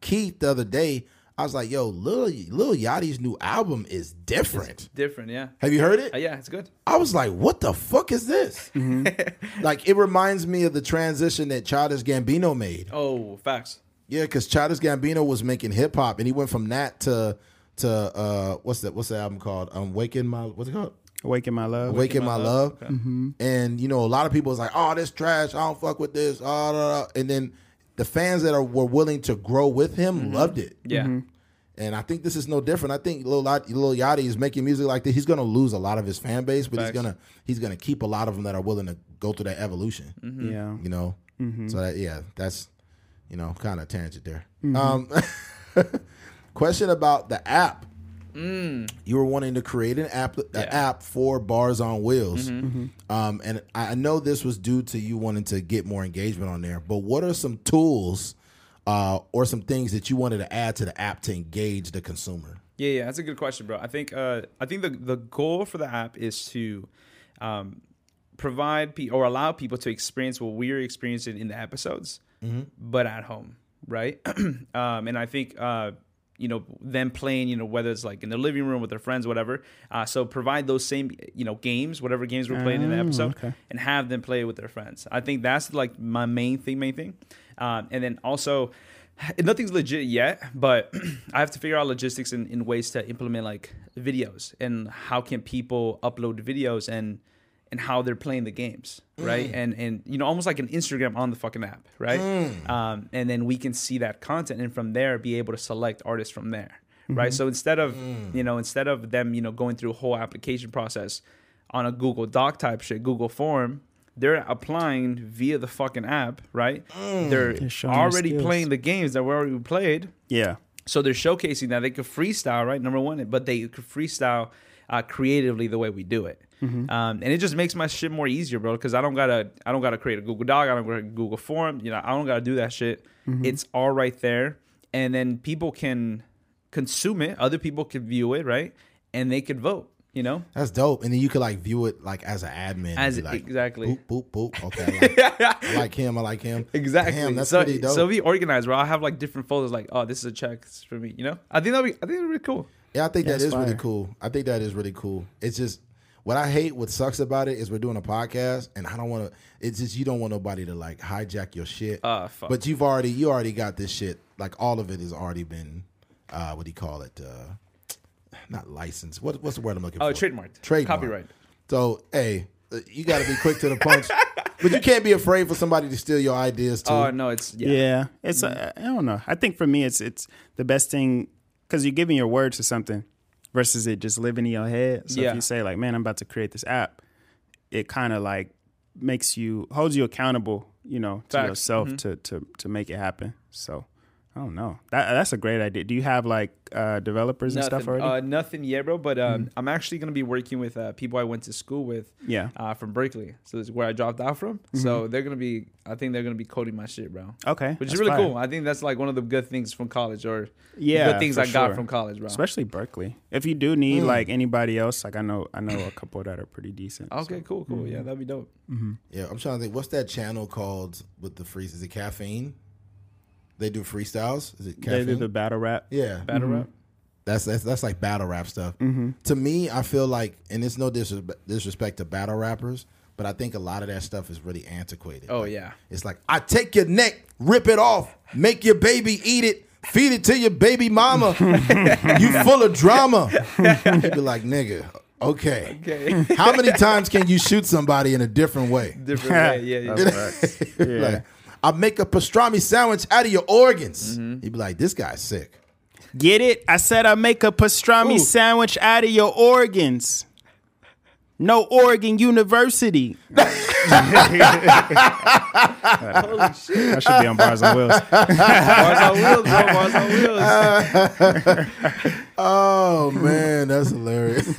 S1: Keith the other day. I was like, yo, Lil Lil Yachty's new album is different.
S3: Different. Yeah.
S1: Have you heard it?
S3: Uh, yeah. It's good.
S1: I was like, what the fuck is this? like, it reminds me of the transition that Childish Gambino made.
S3: Oh, facts.
S1: Yeah, because Childish Gambino was making hip hop, and he went from that to to uh, what's that? What's the album called? Um, Waking My what's it called?
S2: Awaken my love.
S1: Waking My Love. Mm-hmm. And you know, a lot of people was like, "Oh, this trash. I don't fuck with this." Ah, da, da. And then the fans that are, were willing to grow with him loved it.
S3: Yeah.
S2: Mm-hmm.
S1: And I think this is no different. I think Lil, Lot- Lil Yachty is making music like this. He's gonna lose a lot of his fan base, but
S3: Facts.
S1: he's gonna he's gonna keep a lot of them that are willing to go through that evolution.
S3: Mm-hmm.
S2: Yeah.
S1: You know, so that yeah, that's you know kind of tangent there. Um, question about the app.
S3: Mm.
S1: You were wanting to create an app, an app for Bars on Wheels,
S3: Mm-hmm.
S1: um, and I I know this was due to you wanting to get more engagement on there. But what are some tools uh, or some things that you wanted to add to the app to engage the consumer?
S3: Yeah, yeah, that's a good question, bro. I think uh, I think the the goal for the app is to um, provide pe- or allow people to experience what we're experiencing in the episodes, but at home, right? um, and I think uh, you know them playing, you know, whether it's like in their living room with their friends, whatever. Uh, so provide those same you know games, whatever games we're playing in the
S2: Oh,
S3: episode,
S2: okay.
S3: and have them play with their friends. I think that's like my main thing, main thing. Um, and then also, nothing's legit yet, but I have to figure out logistics in, in ways to implement like videos and how can people upload videos and and how they're playing the games, right? And and you know almost like an Instagram on the fucking app, right? Um, and then we can see that content and from there be able to select artists from there, right? So instead of you know instead of them you know going through a whole application process, on a Google Doc type shit, Google form, they're applying via the fucking app, right? They're,
S2: showing their
S3: already
S2: skills.
S3: playing the games that were already played.
S2: Yeah.
S3: So they're showcasing that they could freestyle, right? Number one, but they could freestyle uh, creatively the way we do it. Um, and it just makes my shit more easier, bro. Because I don't gotta, I don't gotta create a Google Doc, I don't gotta Google form, you know, I don't gotta do that shit. It's all right there, and then people can consume it. Other people can view it, right? And they could vote. You know,
S1: That's dope. And then you could like view it like as an admin. and
S3: As-
S1: be like,
S3: exactly.
S1: Boop boop boop. Okay. I like, I like him. I like him.
S3: Exactly.
S1: Damn, that's
S3: so,
S1: pretty dope.
S3: So we organize where I'll have like different folders, like, oh, this is a check it's for me. You know, I think that'd be, I think that'd be cool.
S1: Yeah, I think that
S2: it's
S1: is really
S2: fire.
S1: cool. I think that is really cool. It's just what I hate, what sucks about it is we're doing a podcast, and I don't want to. It's just you don't want nobody to like hijack your shit.
S3: Ah, fuck.
S1: But you've already you already got this shit. Like all of it has already been. Uh, what do you call it? Uh, not licensed. What, what's the word I'm looking
S3: Oh,
S1: for?
S3: trademarked.
S1: Trademark.
S3: Copyright.
S1: So hey, uh, you got to be quick to the punch, but you can't be afraid for somebody to steal your ideas too.
S3: Oh no, it's yeah. Mm-hmm.
S2: Yeah, it's uh, I don't know. I think for me, it's it's the best thing because you're giving your word to something versus it just living in your head. So
S3: Yeah.
S2: if you say like, "Man, I'm about to create this app," it kind of like makes you holds you accountable, you know, to
S3: Facts. Mm-hmm.
S2: yourself to to to make it happen. So. I don't know. That, that's a great idea. Do you have like uh, developers and
S3: Nothing,
S2: stuff already? Mm.
S3: uh, nothing yet, bro. But um, I'm actually gonna be working with uh, people I went to school with,
S2: Yeah.
S3: uh, from Berkeley. So this is where I dropped out from. So they're gonna be, I think they're gonna be coding my shit, bro.
S2: okay,
S3: Which
S2: Mm-hmm. that's
S3: is really
S2: fire.
S3: cool. I think that's like one of the good things from college, or
S2: Yeah,
S3: good things
S2: for
S3: I got
S2: sure.
S3: from college, bro.
S2: especially Berkeley. If you do need
S1: Mm.
S2: like anybody else, like I know, I know a couple that are pretty decent. so-
S3: okay, cool,
S2: Mm-hmm.
S3: cool. Yeah, that'd be dope.
S1: Yeah, I'm trying to think. What's that channel called with the freeze? Is it caffeine? They do freestyles. Is it
S2: They
S1: caffeine?
S2: do the battle rap.
S1: yeah,
S3: Battle rap.
S1: that's, that's that's like battle rap stuff. To me, I feel like, and it's no disres- disrespect to battle rappers, but I think a lot of that stuff is really antiquated.
S3: Oh
S1: Like,
S3: yeah.
S1: it's like I take your neck, rip it off, make your baby eat it. Feed it to your baby mama. you full of drama. You'd be like, nigga, okay.
S3: Okay.
S1: How many times can you shoot somebody in a different way?
S3: Different. way. Yeah, yeah. yeah.
S2: That's facts.
S1: Like, I make a pastrami sandwich out of your organs.
S3: Mm-hmm.
S1: You'd be like, this guy's sick.
S2: Get it? I said I make a pastrami
S1: Ooh.
S2: sandwich out of your organs. No Oregon University.
S3: Holy shit.
S2: I should be on bars and wheels.
S3: Bars on wheels, bro. Bars on wheels.
S1: Oh man, that's hilarious.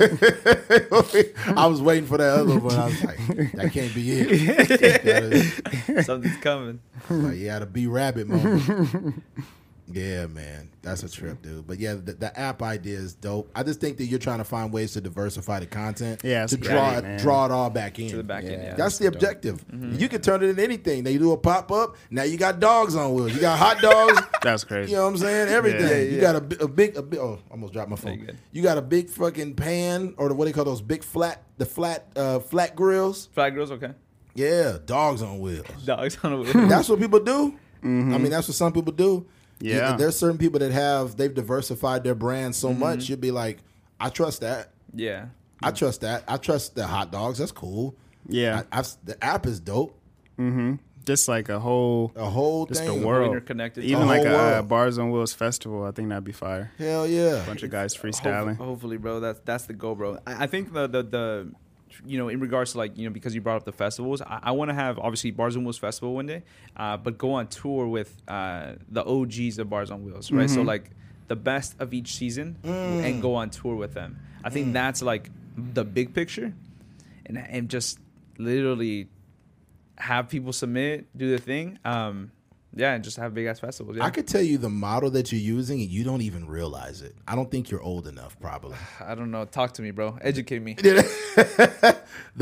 S1: I was waiting for that other one. I was like, that can't be it. That is-
S3: Something's coming.
S1: like, you had a B rabbit moment. Yeah, man, that's a trip, dude. But yeah, the, the app idea is dope. I just think that you're trying to find ways to diversify the content.
S2: Yeah, it's
S1: to draw
S2: great,
S1: it,
S2: man.
S1: draw it all back in. To
S3: the back end, yeah. Mm-hmm.
S1: that's the objective. You can turn it into anything. They do a pop up. Now you got dogs on wheels. You got hot dogs.
S2: That's crazy.
S1: You know what I'm saying? Everything.
S2: Yeah,
S1: You got a, bi- a big, a big. Oh, almost dropped my
S3: you
S1: phone.
S3: good.
S1: You got a big fucking pan, or the, what they call those big flat, the flat, uh, flat grills.
S3: Flat girls, okay.
S1: Yeah, dogs on wheels.
S3: Dogs on a wheel.
S1: That's what people do. I mean, that's what some people do. You-
S2: Mm-hmm. Yeah. Mm-hmm.
S1: there's certain people that have they've diversified their brand so much. You'd be like, I trust that.
S3: yeah.
S1: I trust that. I trust the hot dogs. That's cool.
S2: Yeah.
S1: I, I've, the app is dope.
S2: Just like a whole
S1: The whole
S2: just
S1: thing.
S2: the world.
S3: Interconnected.
S2: Even
S1: The
S2: like
S1: whole
S2: a uh,
S1: world.
S2: Bars and Wheels festival, I think that'd be fire.
S1: Hell yeah.
S2: Bunch of guys
S3: Hopefully,
S2: freestyling.
S3: hopefully, bro. That's that's the goal, bro. I, I think the the the you know in regards to like you know because you brought up the festivals, I, I want to have obviously Bars on Wheels festival one day, uh, but go on tour with uh, the OGs of Bars on Wheels, right?
S1: Mm-hmm.
S3: So like the best of each season
S1: Mm.
S3: and go on tour with them. I think that's like the big picture, and and just literally have people submit, do their thing. Um, yeah, and just have big ass festivals. Yeah.
S1: I could tell you the model that you're using, and you don't even realize it. I don't think you're old enough, probably.
S3: I don't know. Talk to me, bro. Educate me.
S1: the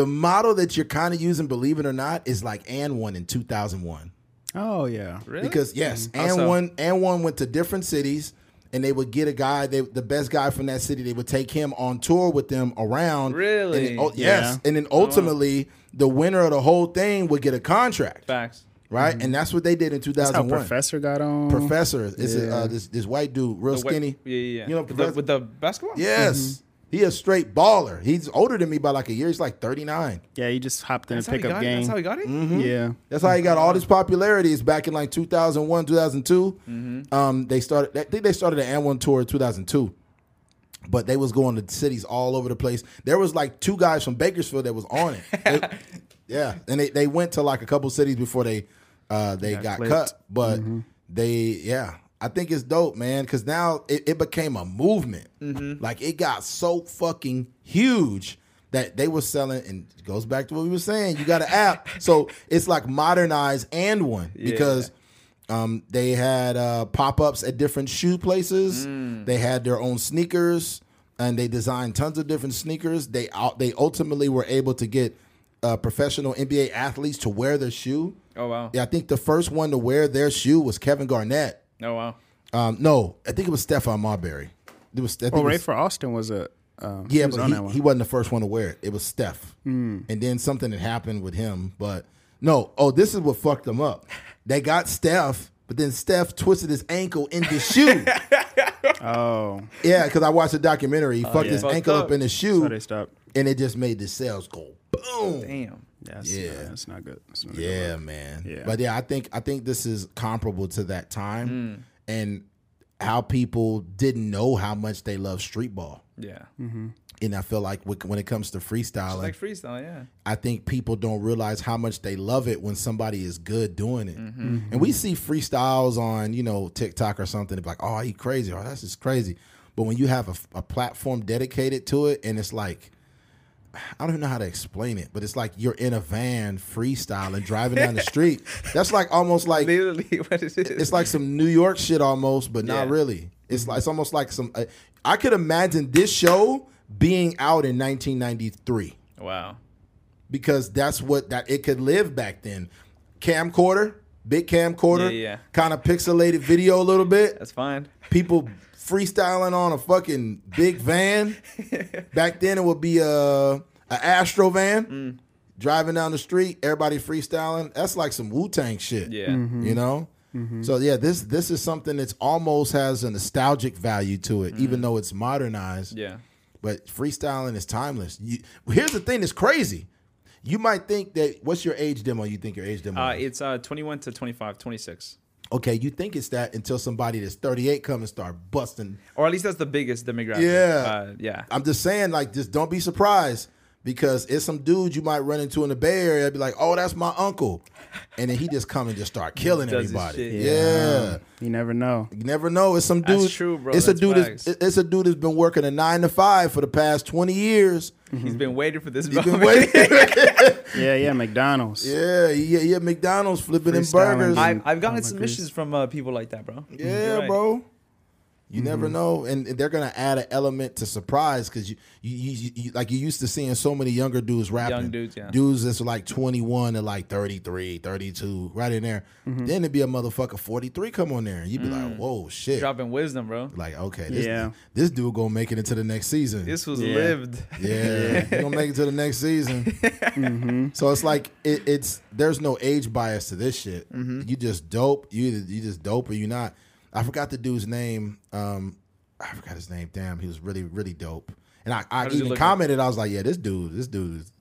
S1: model that you're kind of using, believe it or not, is like and one in 2001.
S2: Oh yeah.
S3: Really? Mm-hmm.
S1: Because yes,
S3: How
S1: and
S3: so?
S1: one and one went to different cities, and they would get a guy, they the best guy from that city. They would take him on tour with them around.
S3: Really?
S1: And then, oh,
S2: Yeah.
S1: yes, and then ultimately, the winner of the whole thing would get a contract,
S3: facts.
S1: right?
S3: Mm-hmm.
S1: And that's what they did in
S2: That's how
S1: 2001.
S2: Professor got on.
S1: Professor, it's a, uh, this this white dude, real
S3: The wa-
S1: skinny.
S3: Yeah, yeah, yeah.
S1: You know,
S3: with, the,
S1: Professor-
S3: with the basketball.
S1: Yes. He a straight baller. He's older than me by like a year. He's like 39.
S2: yeah, he just hopped in
S3: That's
S2: a
S3: how he
S2: pickup
S3: got it.
S2: game.
S3: That's how he got it.
S1: Mm-hmm.
S2: Yeah.
S1: That's how he got all this popularity is back in like 2001, 2002. Um, they started, I think they started an N1 tour in 2002. But they was going to cities all over the place. There was like two guys from Bakersfield that was on it. They- yeah, and they, they went to like a couple cities before they uh, they got
S2: clipped.
S1: cut. But they yeah, I think it's dope, man, because now it, it became a movement. Like it got so fucking huge that they were selling, and it goes back to what we were saying. You got an app, so it's like modernized and one because um, they had uh, pop ups at different shoe places. They had their own sneakers, and they designed tons of different sneakers. They out, they ultimately were able to get uh, professional NBA athletes to wear their shoe.
S3: Oh wow.
S1: Yeah, I think the first one to wear their shoe was Kevin Garnett.
S3: Oh wow.
S1: Um, no, I think it was Stefan Marbury. It was. I think
S2: Well,
S1: it was-
S2: Oh, Ray for Austin was a um, he
S1: yeah,
S2: was
S1: but
S2: on that
S1: he,
S2: one. Hmm.
S1: he wasn't the first one to wear it. It was Steph. And then something had happened with him. But no, oh, this is what fucked them up. They got Steph, but then Steph twisted his ankle in the shoe.
S2: oh,
S1: yeah, because I watched a documentary. He fucked
S2: yeah.
S1: his
S3: Fucked
S1: ankle up.
S3: up.
S1: in his shoe,
S2: so they stopped.
S1: and it just made the sales go boom.
S3: Damn.
S2: Yeah, that's,
S1: Yeah.
S2: yeah, that's not good. That's not a good look.
S1: Yeah, man.
S2: Yeah.
S1: But yeah, I think I think this is comparable to that time and how people didn't know how much they love street ball.
S3: Yeah.
S1: Mm-hmm. And I feel like with- when it comes to freestyling,
S3: Like freestyle. Yeah.
S1: I think people don't realize how much they love it when somebody is good doing it. And we see freestyles on, you know, TikTok or something. It's like, oh, he crazy. Oh, that's just crazy. But when you have a, a platform dedicated to it, and it's like, I don't even know how to explain it, but it's like you're in a van freestyling, driving down the street. That's like almost like
S3: Literally, what is it?
S1: it's like some New York shit almost, but not
S3: Yeah.
S1: really. It's like it's almost like some. I, I could imagine this show being out in 1993
S3: wow.
S1: because that's what that it could live back then. Camcorder, big camcorder,
S3: Yeah, yeah.
S1: kind of pixelated video a little bit.
S3: That's fine.
S1: People freestyling on a fucking big van. back then it would be a a Astro van.
S3: Mm.
S1: Driving down the street, everybody freestyling. That's like some Wu Tang shit.
S3: Yeah.
S1: You know? So yeah, this this is something that's almost has a nostalgic value to it,
S3: Mm.
S1: even though it's modernized.
S3: Yeah.
S1: But freestyling is timeless. You, here's the thing that's crazy. You might think that what's your age demo? You think your age demo?
S3: Uh,
S1: is?
S3: it's uh 21 to 25, 26.
S1: okay, you think it's that until somebody that's 38 come and start busting.
S3: Or at least that's the biggest demographic.
S1: Yeah.
S3: Uh, yeah.
S1: I'm just saying, like, just don't be surprised because it's some dude you might run into in the Bay Area. Be like, oh, that's my uncle, and then he just come and just start killing
S3: Does his
S1: everybody.
S3: shit.
S1: yeah.
S2: You never know.
S1: You never know. It's some dude.
S3: That's true, bro.
S1: It's
S3: That's
S1: a dude. That's,
S3: facts.
S1: it's a dude that's been working a nine to five for the past 20 years.
S3: He's been waiting for this
S1: He's been
S3: moment.
S1: waiting.
S2: Yeah, yeah, McDonald's.
S1: Yeah, yeah, yeah. McDonald's flipping and
S2: Freestyling.
S1: burgers.
S2: I-
S3: I've, I've gotten
S2: Oh, my
S3: submissions from uh, people like that, bro.
S1: yeah,
S3: You're right. Mm-hmm.
S1: bro. You never know, and they're gonna add an element to surprise because you, you, you, you, like you used to seeing so many younger dudes rapping,
S3: dudes, yeah.
S1: dudes that's like twenty one to like 33, 32, right in there.
S3: Mm-hmm.
S1: Then it'd be a motherfucker forty three come on there, and you'd be
S3: Mm.
S1: like, whoa, shit,
S3: Dropping wisdom, bro.
S1: like okay, this,
S2: Yeah.
S1: this dude gonna make it into the next season.
S3: This was
S2: Yeah.
S3: lived.
S1: Yeah, you don't make it to the next season. So it's like it, it's there's no age bias to this shit. You just dope. You either, you just dope or you not. I forgot the dude's name. Um, I forgot his name. Damn, he was really really dope. And I, I
S3: does he
S1: even
S3: look
S1: commented. I was like, yeah, this dude, this dude. Is,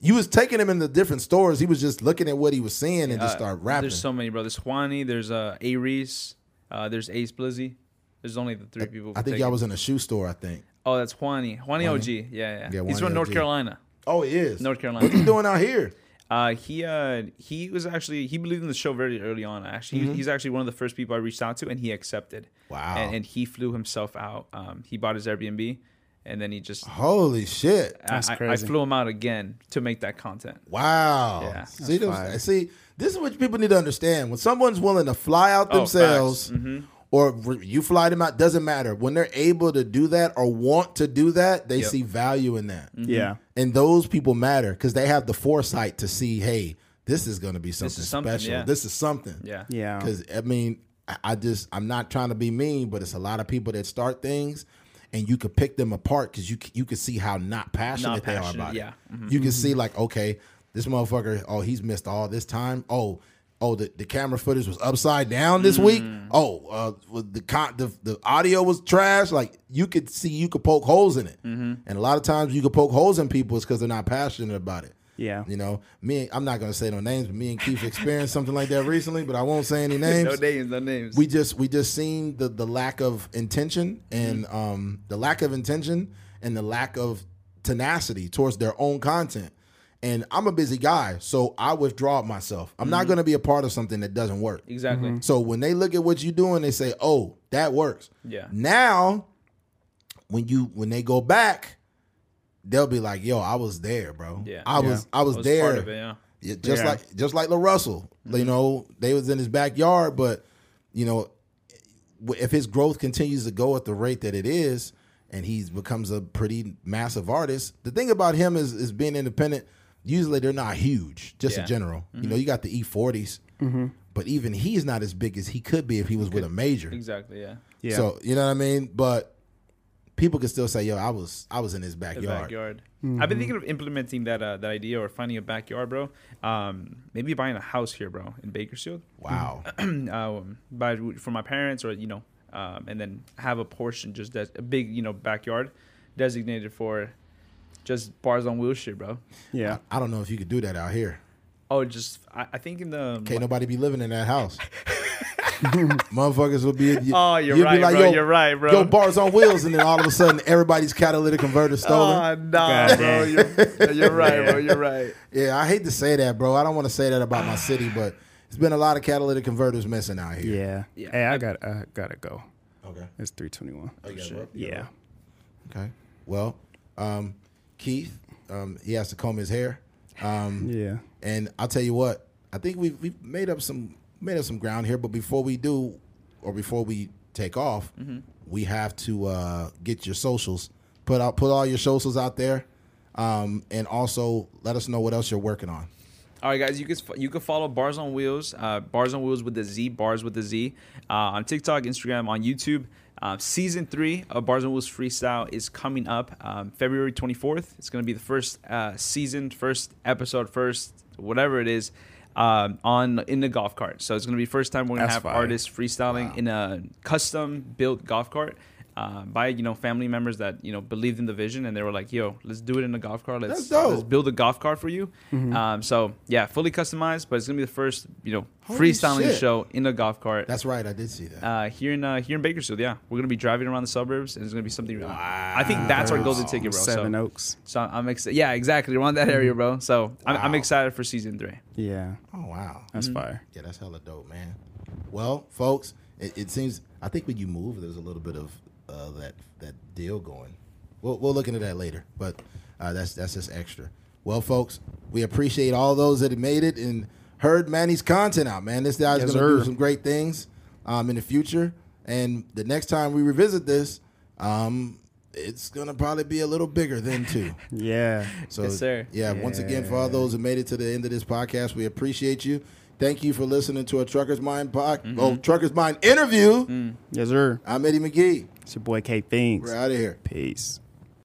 S1: you was taking him in the different stores. He was just looking at what he was seeing and just
S3: Uh,
S1: start rapping.
S3: There's so many, bro. There's Juani. There's uh, A Reese. Uh, there's Ace Blizzy. There's only the three people.
S1: I think
S3: taking-
S1: y'all was in a shoe store. I think.
S3: Oh, that's Juani. Juani OG. Yeah, yeah.
S1: Yeah,
S3: He's
S1: Juani
S3: from North
S1: OG.
S3: Carolina.
S1: Oh, he is.
S3: North
S1: What you
S3: Carolina.
S1: doing out here?
S3: uh, he uh, he was actually he believed in the show very early on. Actually, He- he's actually one of the first people I reached out to, and he accepted.
S1: Mm-hmm. Wow.
S3: And, and he flew himself out. Um, he bought his Airbnb, and then he just
S1: Oh, Holy shit!
S2: That's
S3: I, I-
S2: crazy.
S3: I flew him out again to make that content.
S1: Wow.
S3: Yeah.
S1: see, those,
S2: fire.
S1: see, this is what people need to understand. When someone's willing to fly out
S3: Oh,
S1: themselves,
S3: facts.
S1: or re- you fly them out, doesn't matter. When they're able to do that or want to do that, they
S3: Yep. Mm.
S1: see value in that.
S2: Yeah.
S1: And those people matter because they have the foresight to see, hey, this is going to be something,
S3: is something,
S1: special.
S3: yeah.
S1: This is something.
S3: Yeah.
S2: Yeah.
S1: Because I mean, I- I just I'm not trying to be mean, but it's a lot of people that start things, and you could pick them apart because you c- you could see how not passionate,
S3: Not
S1: they
S3: passionate,
S1: are about
S3: yeah. Mm-hmm.
S1: it. You can see like, okay, this motherfucker, oh, he's missed all this time. Oh. Oh, the, the camera footage was upside down this week.
S3: Mm.
S1: Oh, uh, well, the, con- the the audio was trash. Like you could see, you could poke holes in it,
S3: Mm-hmm.
S1: and a lot of times you could poke holes in people is because they're not passionate about it.
S2: Yeah.
S1: You know, me, I'm not gonna say no names, but me and Keith experienced something like that recently, but I won't say any
S3: No
S1: names.
S3: names. No names.
S1: we just we just seen the the lack of intention and um the lack of intention and the lack of tenacity towards their own content. And I'm a busy guy, so I withdraw myself. I'm not going to be a part of something that doesn't work.
S3: Exactly.
S2: Mm-hmm.
S1: So when they look at what you're doing, they say, "Oh, that works."
S3: Yeah.
S1: Now, when you when they go back, they'll be like, "Yo, I was there, bro.
S3: Yeah.
S1: I was I was,
S3: I was
S1: there."
S3: part of it, Mm-hmm. yeah.
S1: Yeah, just
S2: Yeah.
S1: like just like La Russell, you know, they was in his backyard, but you know, w- if his growth continues to go at the rate that it is, and he becomes a pretty massive artist, the thing about him is is being independent. Usually, they're not huge, just
S3: Yeah. Mm-hmm.
S1: in general. You know, you got the E40s, but even he's not as big as he could be if he was with a major.
S3: Exactly, yeah.
S2: Yeah.
S1: So you know what I mean. But people can still say, "Yo, I was I was in his
S3: The
S1: backyard."
S3: backyard. I've been thinking of implementing that uh, that idea or finding a backyard, bro. Um, maybe buying a house here, bro, in Bakersfield,
S1: Wow.
S3: um, by for my parents or you know, um, and then have a portion just des- a big you know backyard designated for just bars on wheels shit, bro.
S2: yeah.
S1: I don't know if you could do that out here.
S3: Oh, just I, I think in the
S1: Can't nobody be living in that house. Motherfuckers will be. you-
S3: Oh, you're
S1: you'll
S3: right, bro.
S1: yo,
S3: You're right, bro.
S1: Yo, bars on wheels, and then all of a sudden, everybody's catalytic converter stolen.
S3: Oh, nah,
S2: God
S3: bro. You're, you're right, bro. You're right.
S1: yeah, I hate to say that, bro. I don't want to say that about my city, but it's been a lot of catalytic converters missing out here.
S2: Yeah.
S3: Yeah.
S2: Hey, I got I gotta go.
S1: Okay.
S2: It's three twenty one.
S1: Oh, you gotta go?
S2: Yeah.
S1: Okay. Well, um, Keith, um, he has to comb his hair, um,
S2: Yeah.
S1: and I'll tell you what. I think we've we've made up some made up some ground here, but before we do, or before we take off, we have to uh, get your socials. Put out put all your socials out there, um, and also let us know what else you're working on.
S3: All right, guys, you can you can follow Bars on Wheels, uh, Bars on Wheels with the Z, Bars with the Z, uh, on TikTok, Instagram, on YouTube. Uh, season three of Bars on Wheels Freestyle is coming up um, February 24th. It's going to be the first uh, season, first episode, first whatever it is um, on in the golf cart. So it's going to be first time we're going
S2: That's
S3: to have
S2: fire.
S3: artists freestyling in a custom built golf cart. Uh, by you know family members that you know believed in the vision and they were like yo let's do it in a golf cart let's,
S1: That's dope.
S3: let's build a golf cart for you.
S1: Mm-hmm.
S3: Um, so yeah, fully customized, but it's gonna be the first you know
S1: Holy
S3: freestyling
S1: shit.
S3: show in a golf cart.
S1: That's right, I did see that.
S3: uh, here in uh, here in Bakersfield, yeah, we're gonna be driving around the suburbs, and it's gonna be something. I think that's our golden ticket, bro.
S2: Seven
S1: oh
S3: so,
S2: Oaks.
S3: so I'm excited. Yeah, exactly. Around that area, bro. So I'm, I'm
S1: Mm-hmm. Wow.
S3: excited for season three.
S2: Yeah. Mm-hmm.
S1: oh wow,
S2: That's fire.
S1: yeah, that's hella dope, man. Well, folks, it, it seems I think when you move, there's a little bit of uh, that that deal going. We'll we'll look into that later, but uh, that's that's just extra. Well, folks, we appreciate all those that have made it and heard Manny's content out, man. This guy's
S2: Yes,
S1: gonna do
S2: sir.
S1: some great things um, in the future, and the next time we revisit this, um, it's gonna probably be a little bigger then too.
S2: Yeah.
S1: So,
S3: Yes, sir.
S1: Yeah, once again, for all those who made it to the end of this podcast, we appreciate you. Thank you for listening to a Trucker's Mind pod,
S3: Mm-hmm.
S1: oh, Trucker's Mind interview.
S3: Mm.
S2: Yes, sir.
S1: I'm Eddie McGee.
S2: It's your boy K Things.
S1: We're out of here.
S2: Peace.